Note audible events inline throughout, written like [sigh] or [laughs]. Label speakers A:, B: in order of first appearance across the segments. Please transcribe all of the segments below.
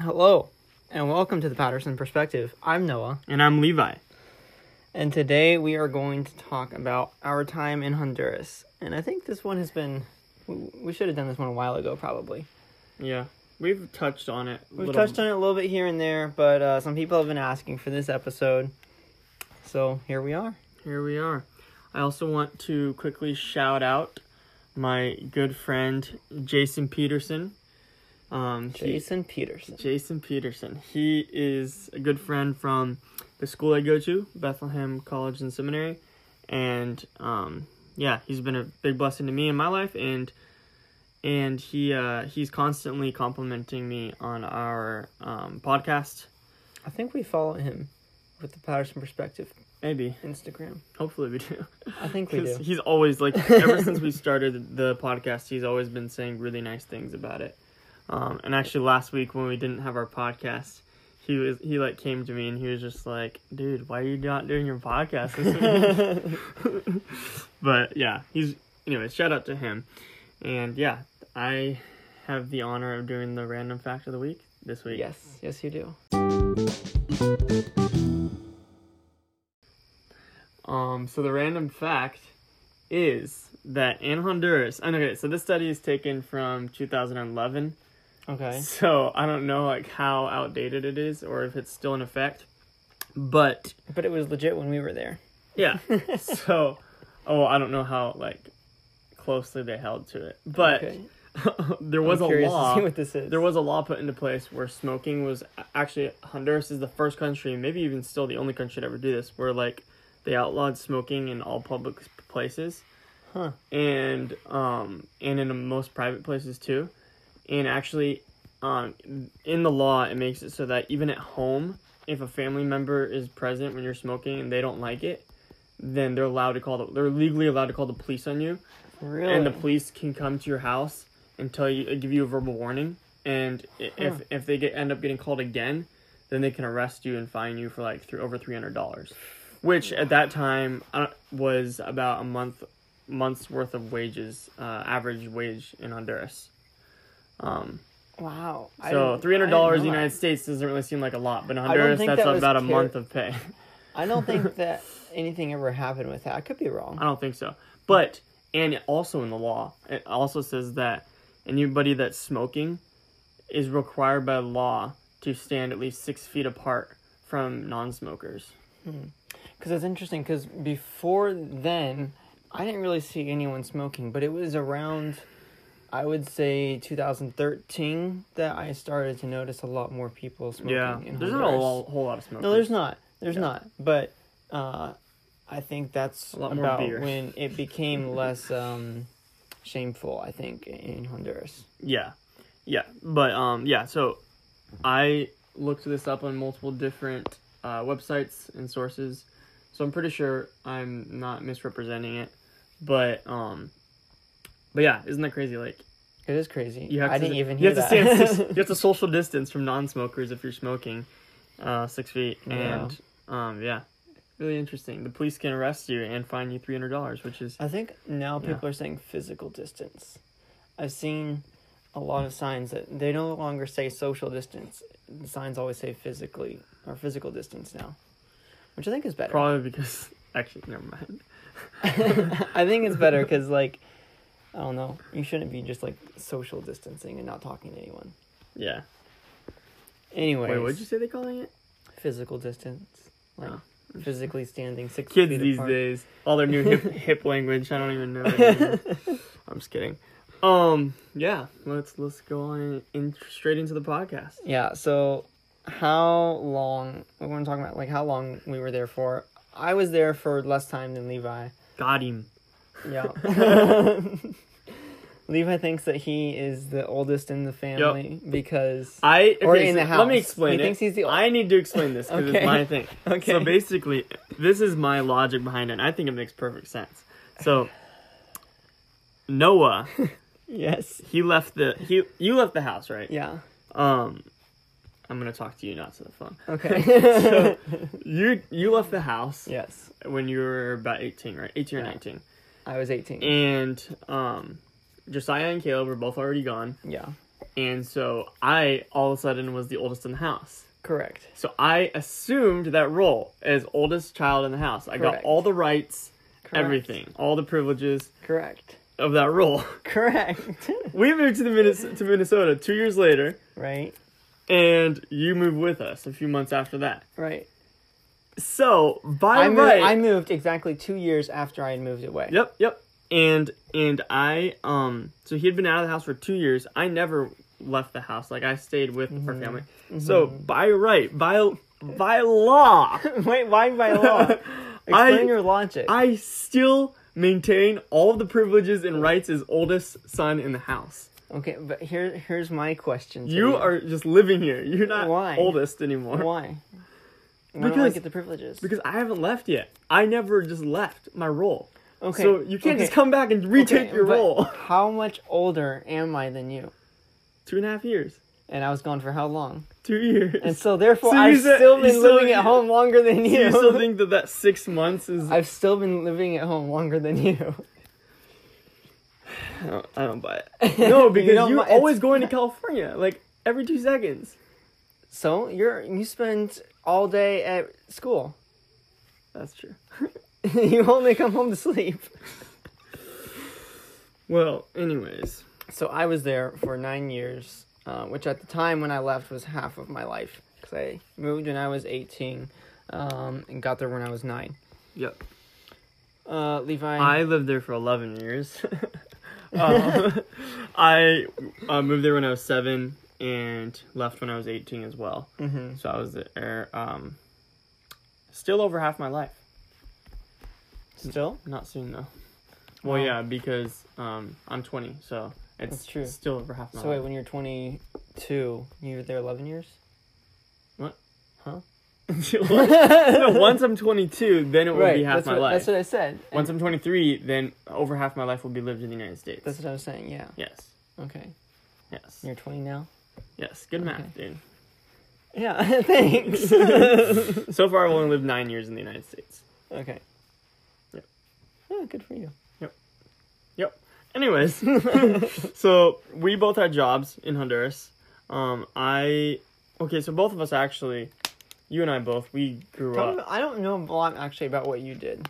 A: Hello, and welcome to the Patterson Perspective. I'm Noah,
B: And I'm Levi.
A: and today we are going to talk about our time in Honduras. And I think this one has been, we, we should have done this one a while ago probably.
B: Yeah. We've touched on it. a
A: We've
B: little-
A: touched on it a little bit here and there, but uh, some people have been asking for this episode. So here we are.
B: Here we are. I also want to quickly shout out my good friend Jason Peterson. Um, he-
A: Jason Peterson.
B: Jason Peterson. He is a good friend from the school I go to, Bethlehem College and Seminary, and um, yeah, he's been a big blessing to me in my life, and and he uh, he's constantly complimenting me on our um, podcast.
A: I think we follow him with the Patterson Perspective
B: Maybe,
A: Instagram.
B: hopefully, we do.
A: I think we
B: 'Cause
A: do.
B: He's always like ever since we started the podcast, he's always been saying really nice things about it. Um, and actually, last week when we didn't have our podcast, he was he like came to me and he was just like, "Dude, why are you not doing your podcast?" this
A: [laughs]
B: week?" but yeah, he's anyways. Shout out to him. And yeah, I have the honor of doing the random fact of the week this
A: [laughs]
B: week.
A: Yes, yes, you do.
B: Um, so the random fact is that in Honduras, and okay, so this study is taken from 2011.
A: Okay.
B: So I don't know like how outdated it is or if it's still in effect. But
A: But it was legit when we were there. [laughs]
B: yeah. so oh, I don't know how like closely they held to it. But
A: Okay.
B: [laughs] there was
A: I'm
B: a
A: curious
B: law
A: to see what this is.
B: there was a law put into place where smoking was actually Honduras is the first country, maybe even still the only country to ever do this, where like they outlawed smoking in all public places,
A: Huh.
B: and um and in the most private places too, and actually, um in the law it makes it so that even at home, if a family member is present when you're smoking and they don't like it, then they're allowed to call the they're legally allowed to call the police on you
A: really.
B: and the police can come to your house and tell you give you a verbal warning and i if if they get end up getting called again then they can arrest you and fine you for like three, over $300 which at that time uh, was about a month month's worth of wages uh, average wage in honduras um,
A: wow. I
B: so
A: didn't- I didn't
B: $300 in
A: know
B: the
A: that.
B: united states doesn't really seem like a lot but in
A: don't
B: honduras
A: think
B: that's
A: that was
B: about a
A: car-
B: month of pay [laughs]
A: I don't think that anything ever happened with that. I could be wrong.
B: I don't think so. But and also in the law, it also says that anybody that's smoking is required by law to stand at least six feet apart from non-smokers.
A: Because it's interesting. Because before then, I didn't really see anyone smoking. But it was around, I would say, 2013 that I started to notice a lot more people smoking. in
B: there's not a
A: Honduras.
B: lo- whole lot of smokers.
A: No, there's not. There's not. But uh, I think that's
B: lot more
A: about
B: beer.
A: when it became less um, shameful. I think in Honduras.
B: Yeah, yeah, but um, yeah. So I looked this up on multiple different uh, websites and sources, so I'm pretty sure I'm not misrepresenting it. But um, but yeah, isn't that crazy? Like
A: It is crazy.
B: You have
A: I
B: to,
A: didn't even
B: you
A: hear
B: have
A: that.
B: to stand
A: [laughs]
B: [laughs] six, you have to social distance from non-smokers if you're smoking, uh, six feet,
A: Yeah.
B: and um, yeah, really interesting. The police can arrest you and fine you three hundred dollars, which is
A: I think now
B: Yeah.
A: people are saying physical distance. I've seen a lot of signs that they no longer say social distance. The signs always say physically or physical distance now, which I think is better.
B: probably because [laughs] actually, never mind.
A: [laughs] I think it's better because like I don't know, you shouldn't be just like social distancing and not talking to anyone.
B: Yeah.
A: Anyway,
B: Wait, what'd you say they calling it?
A: physical distance, like
B: Oh.
A: physically standing six
B: Kids
A: feet
B: these
A: apart.
B: days, all their
A: [laughs]
B: new hip, hip language. I don't even know. what it is. I'm just kidding. Um, yeah, let's let's go on in, straight into the podcast.
A: Yeah, so how long we want to talk about like how long we were there for. I was there for less time than Levi.
B: Got him. [laughs]
A: Yeah. [laughs] Levi thinks that he is the oldest in the family because
B: I
A: Or
B: okay,
A: in the
B: so
A: house.
B: Let me explain
A: He
B: it.
A: thinks he's the-
B: I need to explain this because
A: Okay.
B: it's my thing.
A: [laughs] Okay.
B: So basically, this is my logic behind it. and I think it makes perfect sense. So Noah,
A: yes.
B: he left the he you left the house, right?
A: Yeah.
B: Um, I'm gonna talk to you, not to the phone.
A: [laughs] Okay.
B: So you you left the house
A: yes.
B: when you were about 18, right? 18 or
A: Yeah.
B: 19.
A: I was 18.
B: Mm. And um, Josiah and Caleb were both already gone.
A: yeah.
B: And so I all of a sudden was the oldest in the house.
A: Correct.
B: So I assumed that role as oldest child in the house. I got
A: Correct.
B: all the rights,
A: Correct.
B: everything, all the privileges
A: Correct.
B: of that role. [laughs]
A: Correct.
B: we moved to the Minnes- to Minnesota 2 years later
A: [laughs] right.
B: and you moved with us a few months after that.
A: Right.
B: So, by
A: I moved,
B: right
A: I moved exactly two years after I had moved away.
B: Yep, yep. And and I um so he had been out of the house for two years. I never left the house. Like I stayed with our
A: Mm-hmm.
B: family. So by right, by by law,
A: [laughs] Wait, why by law? Explain
B: [laughs] I-
A: your logic.
B: I still maintain all of the privileges and rights as oldest son in the house.
A: okay, but here here's my question. to
B: You are just living here. You're not
A: Why?
B: oldest anymore.
A: why? Why don't I
B: Because-
A: get the privileges?
B: Because I haven't left yet. I never just left my role.
A: Okay,
B: So you can't
A: okay,
B: just come back and retake
A: okay,
B: your
A: but
B: role. [laughs]
A: How much older am I than you?
B: Two and a half years.
A: And I was gone for how long?
B: Two years.
A: And so therefore,
B: So you
A: I've
B: said-
A: still
B: you
A: been
B: still-
A: living at home longer than
B: Do
A: you.
B: [laughs] you
A: [laughs]
B: still think that that six months is? I,
A: I've still been living at home longer than you.
B: don't, I don't buy it. No,
A: [laughs]
B: because
A: You
B: you
A: don't
B: are
A: mi- it's-
B: always
A: [laughs]
B: going to California, like every two seconds.
A: So you're you spend all day at school. [laughs]
B: That's true.
A: you only come home to sleep.
B: Well, anyways,
A: So I was there for nine years, uh, which at the time when I left was half of my life because I moved when I was eighteen, um, and got there when I was nine.
B: yep.
A: Uh, Levi,
B: I lived there for eleven
A: [laughs]
B: years. [laughs] um, I uh, moved there when I was seven and left when I was eighteen as well.
A: Mhm.
B: So I was there, um, still over half my life.
A: still
B: Not soon though. Well,
A: Wow.
B: yeah, because um, I'm twenty, so it's
A: That's true.
B: Still over half my
A: So
B: life.
A: wait, when you're 22, you were there 11 years. [laughs]
B: no, [laughs] once I'm 22, then it will be half
A: that's
B: my
A: what,
B: life.
A: That's what I said. And
B: once I'm 23, then over half my life will be lived in the United States.
A: that's what I was saying. Yeah.
B: yes,
A: Okay.
B: yes,
A: You're 20 now.
B: yes. Good math,
A: Yeah. [laughs]
B: [laughs]
A: Thanks.
B: dude. So far, I've only lived nine years in the United States.
A: okay.
B: Yep.
A: Oh, good for
B: [laughs]
A: you.
B: Anyways, [laughs] so we both had jobs in Honduras. Um, I okay, so both of us actually, you and I both, we grew
A: Tell
B: up.
A: me- I don't know a lot actually about what you did.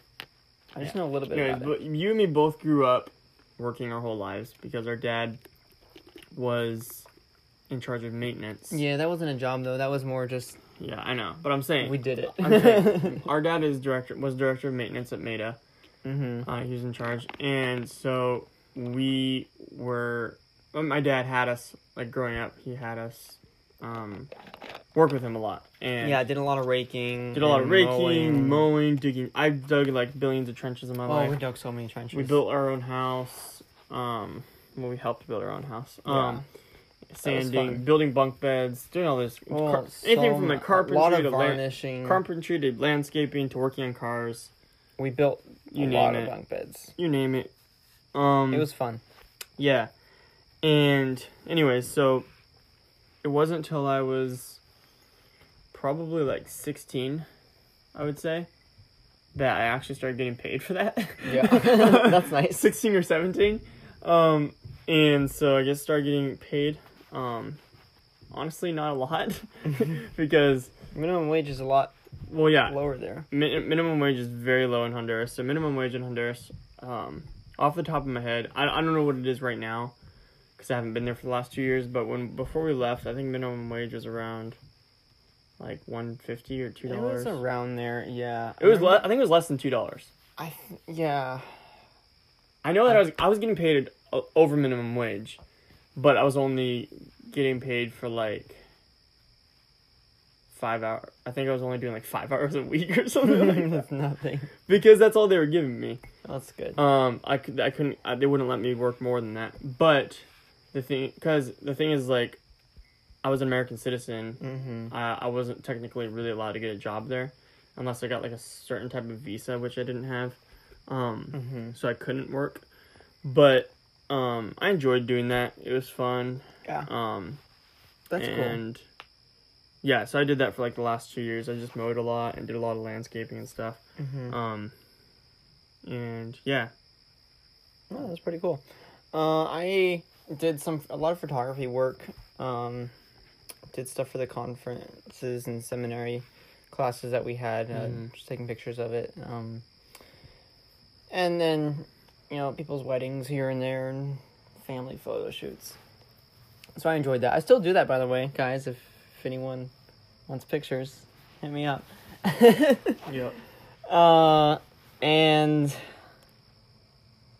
A: I just know a little bit
B: Anyways,
A: about it.
B: but you and me both grew up working our whole lives because our dad was in charge of maintenance.
A: Yeah, that wasn't a job though. That was more just
B: Yeah, I know, but I'm saying
A: we did it.
B: I'm
A: [laughs]
B: [laughs] saying, our dad is director was director of maintenance at Meta.
A: mm-hmm.
B: Uh, he was in charge, and so we were. well, My dad had us like growing up. He had us um, work with him a lot, and
A: Yeah, I did a lot of raking.
B: did a lot of
A: and
B: raking, mowing,
A: mowing.
B: digging. I dug like billions of trenches in my
A: Oh,
B: life.
A: we dug so many trenches.
B: We built our own house. Um, well, we helped build our own house. Um, sanding,
A: fun.
B: building bunk beds, doing all this.
A: Oh,
B: car-
A: so
B: anything from like
A: much- a lot
B: carpentry
A: of
B: to land-
A: varnishing.
B: carpentry to landscaping to working on cars.
A: we built
B: You
A: a
B: name
A: lot
B: it.
A: of bunk beds.
B: You name it. Um,
A: It was fun.
B: yeah. And anyways, so it wasn't until I was probably like 16, I would say, that I actually started getting paid for that. [laughs]
A: Yeah. [laughs] That's nice.
B: 16 or 17. Um, and so I guess started getting paid. Um, honestly, not a lot [laughs]
A: Mm-hmm.
B: because,
A: Minimum wage is a lot
B: well, yeah,
A: lower there.
B: Min- minimum wage is very low in Honduras. So minimum wage in Honduras, um, off the top of my head, I, I don't know what it is right now, because I haven't been there for the last two years. But when before we left, I think minimum wage was around, like one fifty or two
A: It was
B: dollars. It was,
A: around there. Yeah.
B: le- I think it was less than two dollars.
A: I th-
B: [laughs]
A: yeah. [laughs]
B: I know that I was I was getting paid uh, over minimum wage, but I was only getting paid for like five hour. I think I was only doing like five [laughs] hours a week or something [laughs] like that
A: That's nothing.
B: because that's all they were giving me.
A: That's good.
B: Um, I could, I couldn't, I, they wouldn't let me work more than that. But the thing, because the thing is, like, I was an American citizen.
A: mm-hmm.
B: I, I wasn't technically really allowed to get a job there unless I got like a certain type of visa, which I didn't have. Um,
A: Mhm.
B: so I couldn't work. But um, I enjoyed doing that. It was fun.
A: Yeah.
B: Um,
A: That's cool.
B: and yeah, so I did that for like the last two years. I just mowed a lot and did a lot of landscaping and stuff.
A: Mhm.
B: Um, and yeah,
A: Oh, that's pretty cool. Uh, I did some a lot of photography work. Um, did stuff for the conferences and seminary classes that we had, uh,
B: Mhm.
A: just taking pictures of it. Um, and then, you know, people's weddings here and there and family photo shoots. So I enjoyed that. I still do that, by the way, guys. If, if anyone wants pictures, hit me up. [laughs]
B: Yep.
A: Uh, and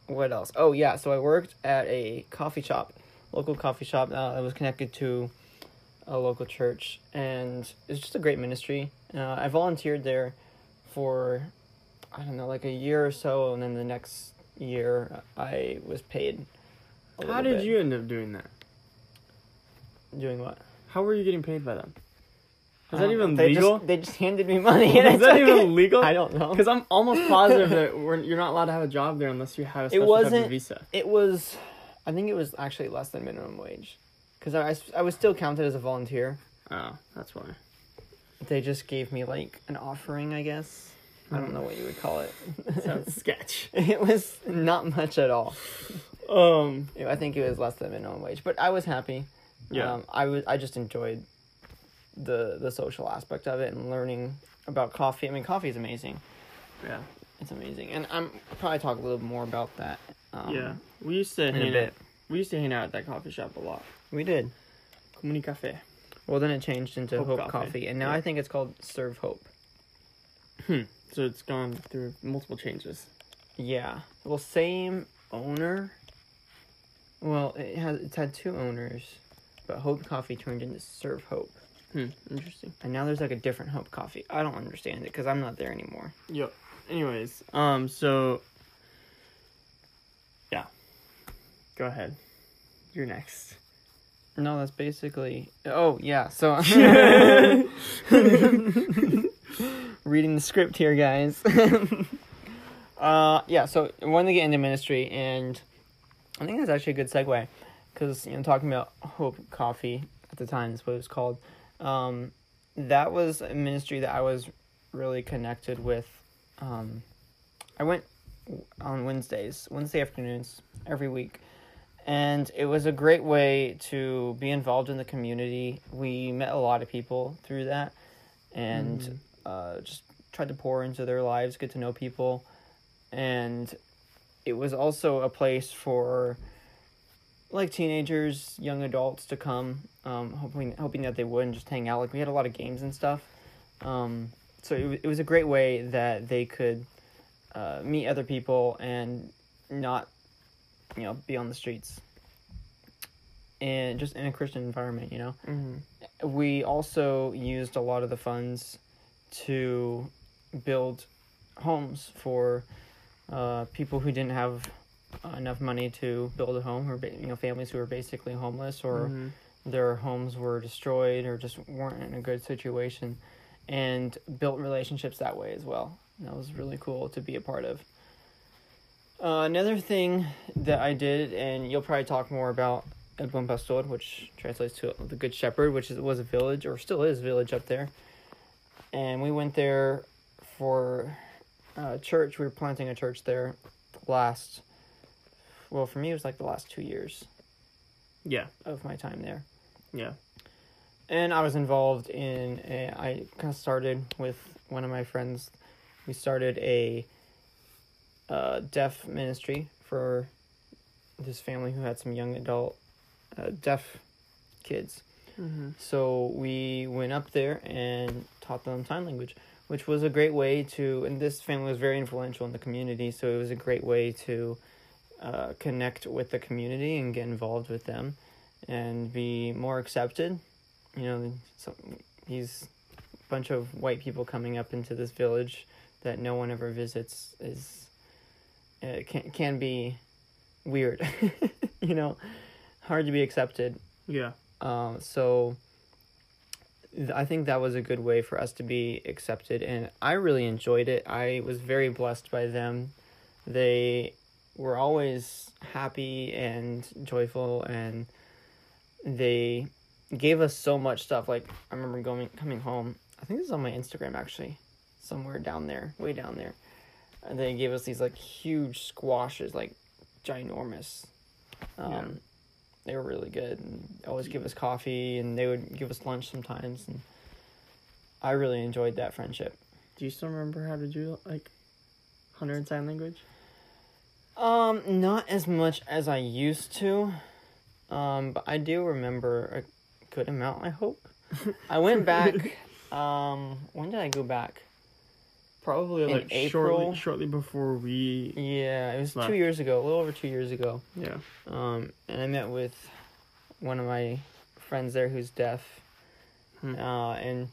A: what else? Oh yeah, so I worked at a coffee shop, local coffee shop uh, that was connected to a local church, and it's just a great ministry. Uh, I volunteered there for I don't know, like a year or so, and then the next year I was paid. a
B: How
A: little
B: did
A: bit.
B: you end up doing that?
A: doing what?
B: How were you getting paid by them? Is
A: I
B: that
A: don't know.
B: even
A: they
B: legal? [laughs]
A: Just, they just handed me money. And I [laughs]
B: Is that
A: took
B: even
A: it.
B: legal?
A: I don't
B: [laughs]
A: know.
B: Because I'm almost positive that [laughs] we're, you're not allowed to have a job there unless you have a special type
A: wasn't-
B: of visa.
A: It was, I think it was actually less than minimum wage, because I, I s- I was still counted as a volunteer.
B: Oh, that's why.
A: They just gave me like an offering, I guess. I don't know what you would call it.
B: [laughs] [laughs] Sounds sketch.
A: [laughs] it was not much at all.
B: Um,
A: I think it was less than minimum wage, but I was happy.
B: Yeah.
A: um, I was. I just enjoyed the the social aspect of it and learning about coffee. I mean, coffee is amazing.
B: yeah,
A: It's amazing, and I'm probably talk a little more about that. Um,
B: yeah. We used to
A: in a
B: hang out.
A: bit.
B: We used to hang out at that coffee shop a lot.
A: we did.
B: Comuni Cafe.
A: Well, then it changed into
B: Hope
A: Hope,
B: Coffee.
A: Coffee. and now
B: Yeah.
A: I think it's called Serve Hope.
B: So it's gone through multiple changes.
A: Yeah. Well, same owner. Well, it has it's had two owners, but Hope Coffee turned into Serve Hope,
B: Hmm. Interesting.
A: and now there's like a different Hope Coffee. I don't understand it because I'm not there anymore.
B: Yep. Anyways, um, so yeah. Go ahead. You're next.
A: No, that's basically. Oh yeah, so [laughs] reading the script here, guys. [laughs] uh, yeah, so I wanted to get into ministry, and I think that's actually a good segue, because you know talking about Hope Coffee at the time is what it was called. Um, that was a ministry that I was really connected with. Um, I went on Wednesdays, Wednesday afternoons every week, and it was a great way to be involved in the community. We met a lot of people through that, and
B: Mhm.
A: uh, just tried to pour into their lives, get to know people, and it was also a place for like teenagers, young adults to come, um, hoping hoping that they would and just hang out. Like we had a lot of games and stuff, um, so it, wa- it was a great way that they could uh, meet other people and not, you know, be on the streets. And just in a Christian environment, you know
B: Mm-hmm.
A: we also used a lot of the funds to build homes for uh, people who didn't have enough money to build a home or ba- you know families who were basically homeless or their homes were destroyed or just weren't in a good situation and built relationships that way as well. And that was really cool to be a part of. Uh, another thing that I did, and you'll probably talk more about El Buen Pastor, which translates to the Good Shepherd, which is, was a village or still is a village up there. And we went there for uh, church. We were planting a church there last, well, for me, it was like the last two years
B: Yeah.
A: of my time there
B: Yeah.
A: and I was involved in. A, I kind of started with one of my friends. We started a uh, deaf ministry for this family who had some young adult uh, deaf kids.
B: Mm-hmm.
A: So we went up there and taught them sign language, which was a great way to. And this family was very influential in the community, so it was a great way to uh, connect with the community and get involved with them, and be more accepted. You know, so these bunch of white people coming up into this village that no one ever visits is uh, can can be weird. [laughs] you know, hard to be accepted.
B: Yeah.
A: Um, so th- I think that was a good way for us to be accepted, and I really enjoyed it. I was very blessed by them. They were always happy and joyful, and they gave us so much stuff. Like I remember going coming home. I think this is on my Instagram actually, somewhere down there, way down there. And they gave us these like huge squashes, like ginormous. Um, they were really good and always give us coffee and they would give us lunch sometimes and I really enjoyed that friendship.
B: Do you still remember how to do like Hunter and Sign Language?
A: Um, not as much as I used to. Um, but I do remember a good amount, I hope. I went back um when did I go back?
B: Probably
A: In
B: like
A: April?
B: shortly shortly before we
A: Yeah, it was
B: Left.
A: two years ago, a little over two years ago.
B: Yeah.
A: Um, and I met with one of my friends there who's deaf.
B: Hmm.
A: Uh, and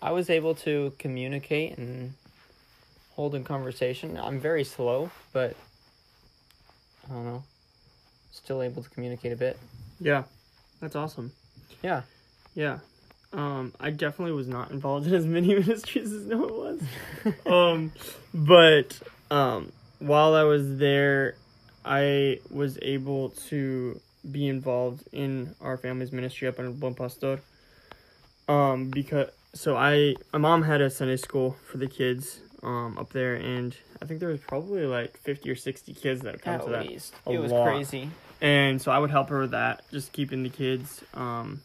A: I was able to communicate and hold a conversation. I'm very slow, but I don't know. Still able to communicate a bit.
B: Yeah. That's awesome.
A: Yeah.
B: Yeah. Um, I definitely was not involved in as many [laughs] ministries as Noah was. um, but um, while I was there, I was able to be involved in our family's ministry up in Bon Pastor. Um, because so I my mom had a Sunday school for the kids um up there, and I think there was probably like fifty or sixty kids that would come
A: At
B: to that
A: least.
B: a
A: It was
B: lot.
A: crazy.
B: and so I would help her with that, just keeping the kids, um,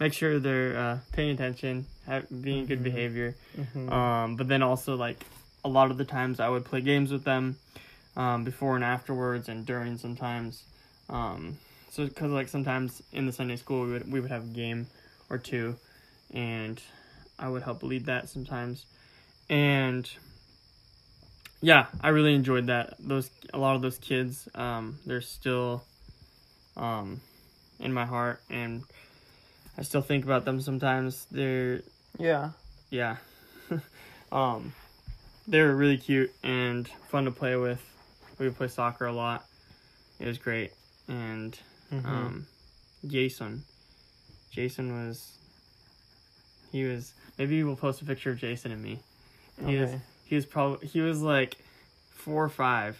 B: make sure they're uh, paying attention, have, being in good
A: Mhm.
B: behavior.
A: Mhm.
B: Um, but then also like a lot of the times I would play games with them, um, before and afterwards and during sometimes. Um, so because like sometimes in the Sunday school we would we would have a game or two, and I would help lead that sometimes, and yeah, I really enjoyed that. Those a lot of those kids, um, they're still, um, in my heart, and I still think about them sometimes. They're
A: yeah.
B: yeah. [laughs] um, they were really cute and fun to play with. We would play soccer a lot. It was great. And
A: Mhm.
B: um, Jason. Jason was. He was. Maybe we'll post a picture of Jason and me.
A: Mm-hmm.
B: He was.
A: Okay.
B: He was probably. He was like four or five,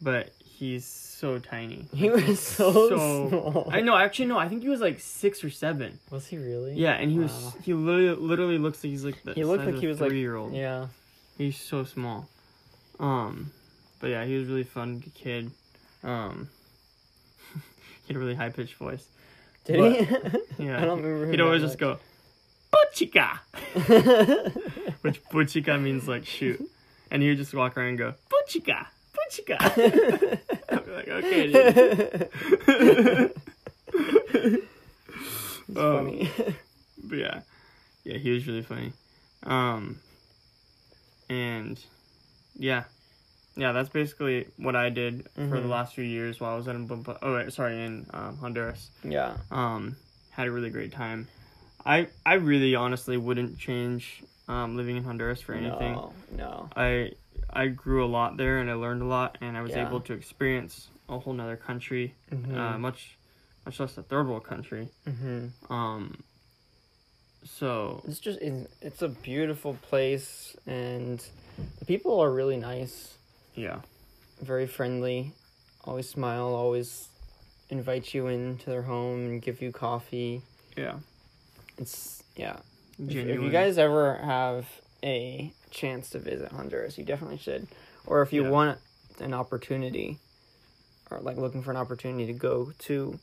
B: but he's so tiny.
A: [laughs] he was so, small.
B: I know. Actually, no. I think he was like six or seven.
A: Was he really?
B: Yeah, and he was
A: Wow.
B: he literally, literally looks like he's like the
A: He looked like he was like
B: three year old.
A: Yeah.
B: He's so small. Um but yeah, he was a really fun kid. Um [laughs] he had a really high pitched voice.
A: Did
B: But- [laughs]
A: he?
B: Yeah.
A: [laughs] I don't remember.
B: He'd
A: him
B: always
A: that
B: just go
A: [laughs]
B: Puchika Which Puchika means like shoot. And he would just walk around and go, Puchika,
A: [laughs]
B: Puchika [laughs] I'd be like, okay dude.
A: much. [laughs]
B: [laughs] Um,
A: funny.
B: But yeah, yeah, he was really funny. Um, and yeah, yeah, that's basically what I did for the
A: Mhm.
B: last few years while I was in Bumpa- oh wait, sorry in um, Honduras.
A: [laughs] yeah.
B: Um, had a really great time. I I really honestly wouldn't change um, living in Honduras for anything.
A: No. No.
B: I I grew a lot there and I learned a lot and I was
A: Yeah.
B: able to experience a whole nother country,
A: Mm-hmm.
B: uh, much much less a third world country.
A: hmm
B: Um, so
A: It's just it's, it's a beautiful place, and the people are really nice,
B: yeah.
A: very friendly, always smile, always invite you into their home and give you coffee.
B: Yeah.
A: It's yeah. If- If,
B: Genuine.
A: you guys ever have a chance to visit Honduras, you definitely should. Or if you
B: Yeah.
A: want an opportunity, or like looking for an opportunity to go to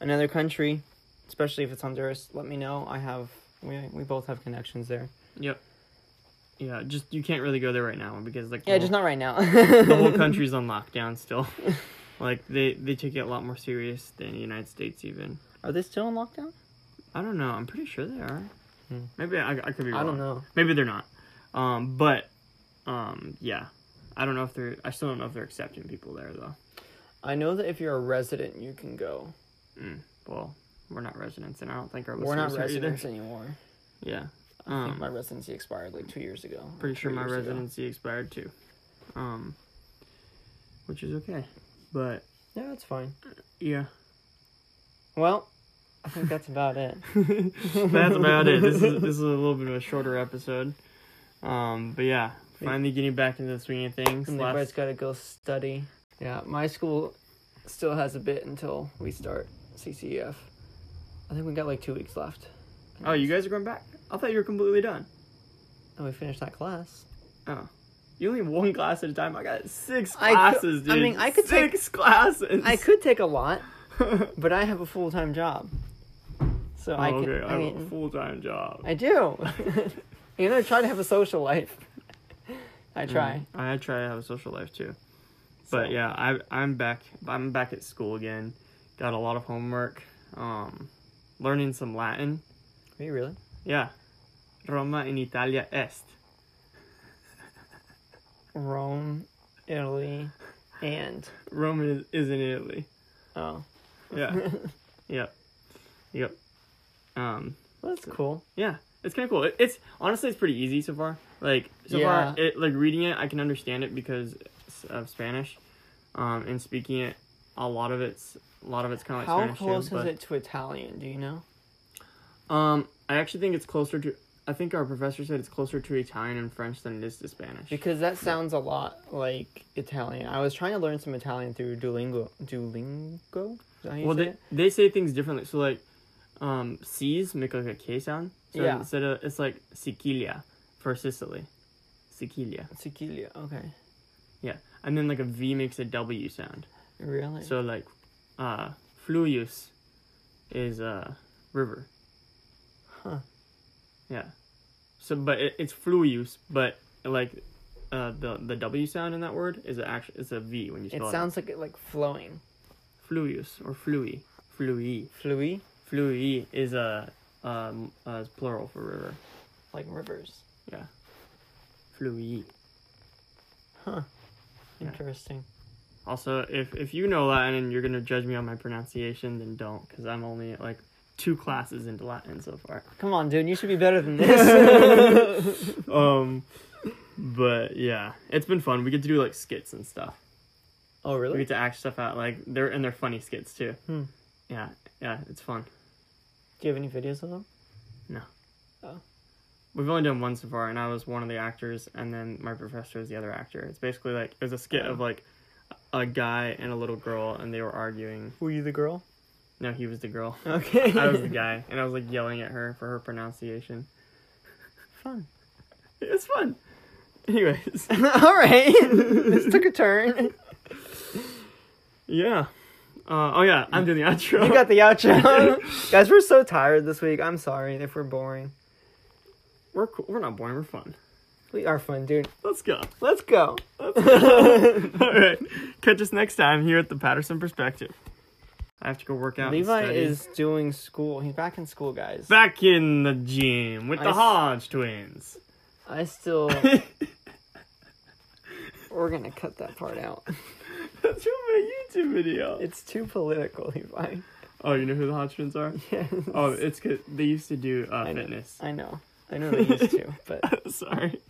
A: another country, especially if it's Honduras, let me know. I have we we both have connections there.
B: Yep. Yeah, just you can't really go there right now because like the
A: Yeah,
B: whole,
A: just not right now.
B: the
A: [laughs]
B: whole country's on lockdown still. [laughs] like they they take it a lot more serious than the United States even.
A: Are they still in lockdown?
B: I don't know. I'm pretty sure they are.
A: Hmm.
B: Maybe I, I could be wrong.
A: I don't know.
B: Maybe they're not. Um, but um, yeah, I don't know if they're. I still don't know if they're accepting people there though.
A: I know that if you're a resident, you can go.
B: Mm, well, we're not residents, and I don't think our
A: We're not
B: listeners are either.
A: residents anymore.
B: Yeah,
A: I think
B: Um,
A: my residency expired like two years ago. or
B: pretty sure
A: three
B: my
A: years ago.
B: residency expired too. Um, which is okay, but
A: Yeah, that's fine.
B: yeah. [laughs]
A: Well, I think that's about it.
B: That's about it. This is this is a little bit of a shorter episode. Um, but yeah, finally getting back into the swing of things.
A: And
B: Last-
A: everybody's got to go study. Yeah, my school still has a bit until we start CCEF. I think we got like two weeks left.
B: oh, you guys are going back? I thought you were completely done.
A: And we finished that class.
B: Oh, you only have one class at a time. I got six
A: I cou-
B: classes,
A: I
B: dude.
A: mean, I could
B: [laughs] six classes.
A: I could take a lot, but I have a full time job, so
B: Oh,
A: I can.
B: okay, I,
A: I
B: have a
A: mean,
B: full time job.
A: I do. [laughs] you know, I try to have a social life. [laughs] I try.
B: Mm, I try to have a social life too. But
A: So-
B: yeah, I I'm back I'm back at school again. Got a lot of homework. Um learning some Latin.
A: Are you really?
B: Yeah. Roma in Italia est.
A: Rome, Italy, and
B: Rome is, is in Italy.
A: oh, [laughs]
B: Yeah. yep. Yep. Um
A: that's cool.
B: yeah, it's kind of cool. It, it's honestly it's pretty easy so far. Like so far
A: Yeah.
B: it like reading it I can understand it because s- of Spanish. Um and speaking it a lot of it's a lot of it's kind of like
A: How
B: Spanish
A: close
B: too,
A: is
B: but-
A: it to Italian? Do you know?
B: Um, I actually think it's closer to. I think our professor said it's closer to Italian and French than it is to Spanish.
A: Because that sounds a lot like Italian. I was trying to learn some Italian through Duolingo. Duolingo? Is that how you
B: well,
A: say
B: they,
A: it?
B: they say things differently. So like, um, C's make like a K sound. So
A: Yeah.
B: Instead of it's like Sicilia for Sicily, Sicilia.
A: Sicilia. Okay.
B: Yeah, and then like a V makes a W sound.
A: Really?
B: So like, uh, fluius is uh, river.
A: Huh.
B: Yeah. So, but it, it's fluius, but like, uh, the the W sound in that word is actually it's a V when you
A: it
B: spell it.
A: sounds like it like flowing.
B: fluius or flui. Flui.
A: Flui?
B: Flui is a um uh, is plural for river.
A: Like rivers.
B: Yeah. Flui.
A: Huh.
B: Yeah.
A: Interesting.
B: Also, if if you know Latin and you're gonna judge me on my pronunciation, then don't, because I'm only like two classes into Latin so far.
A: Come on, dude. You should be better than this.
B: [laughs]
A: [laughs]
B: Um, but yeah, it's been fun. We get to do like skits and stuff.
A: oh,
B: We
A: really?
B: get to act stuff out. Like they're and they're funny skits too.
A: Hmm.
B: Yeah, yeah, it's fun.
A: Do you have any videos of them?
B: We've only done one so far, and I was one of the actors, and then my professor is the other actor. It's basically like it was a skit of like a guy and a little girl, and they were arguing.
A: Were you the girl?
B: No, he was the girl.
A: Okay. [laughs]
B: I was the guy, and I was like yelling at her for her pronunciation.
A: Fun. [laughs]
B: It's fun. Anyways, [laughs]
A: All right. this took a turn.
B: yeah. Uh, oh yeah, I'm doing the outro.
A: You got the outro. [laughs] Guys, we're so tired this week. I'm sorry if we're boring.
B: we're cool. we're not boring. We're fun.
A: We are fun, dude.
B: Let's go.
A: Let's go.
B: [laughs] All right. Catch us next time here at the Patterson Perspective. I have to go work out. and
A: Levi
B: study.
A: is doing school. He's back in school, guys.
B: back in the gym with
A: I
B: the
A: s-
B: Hodge twins. [laughs]
A: I still. we're gonna cut that part out.
B: That's from my YouTube video.
A: It's too political,
B: [laughs]
A: Levi.
B: oh, you know who the Hodge twins
A: [laughs]
B: are?
A: Yes.
B: Oh, it's 'cause they used to do uh,
A: I know.
B: fitness. [laughs]
A: I know. I know they used to, but
B: Sorry.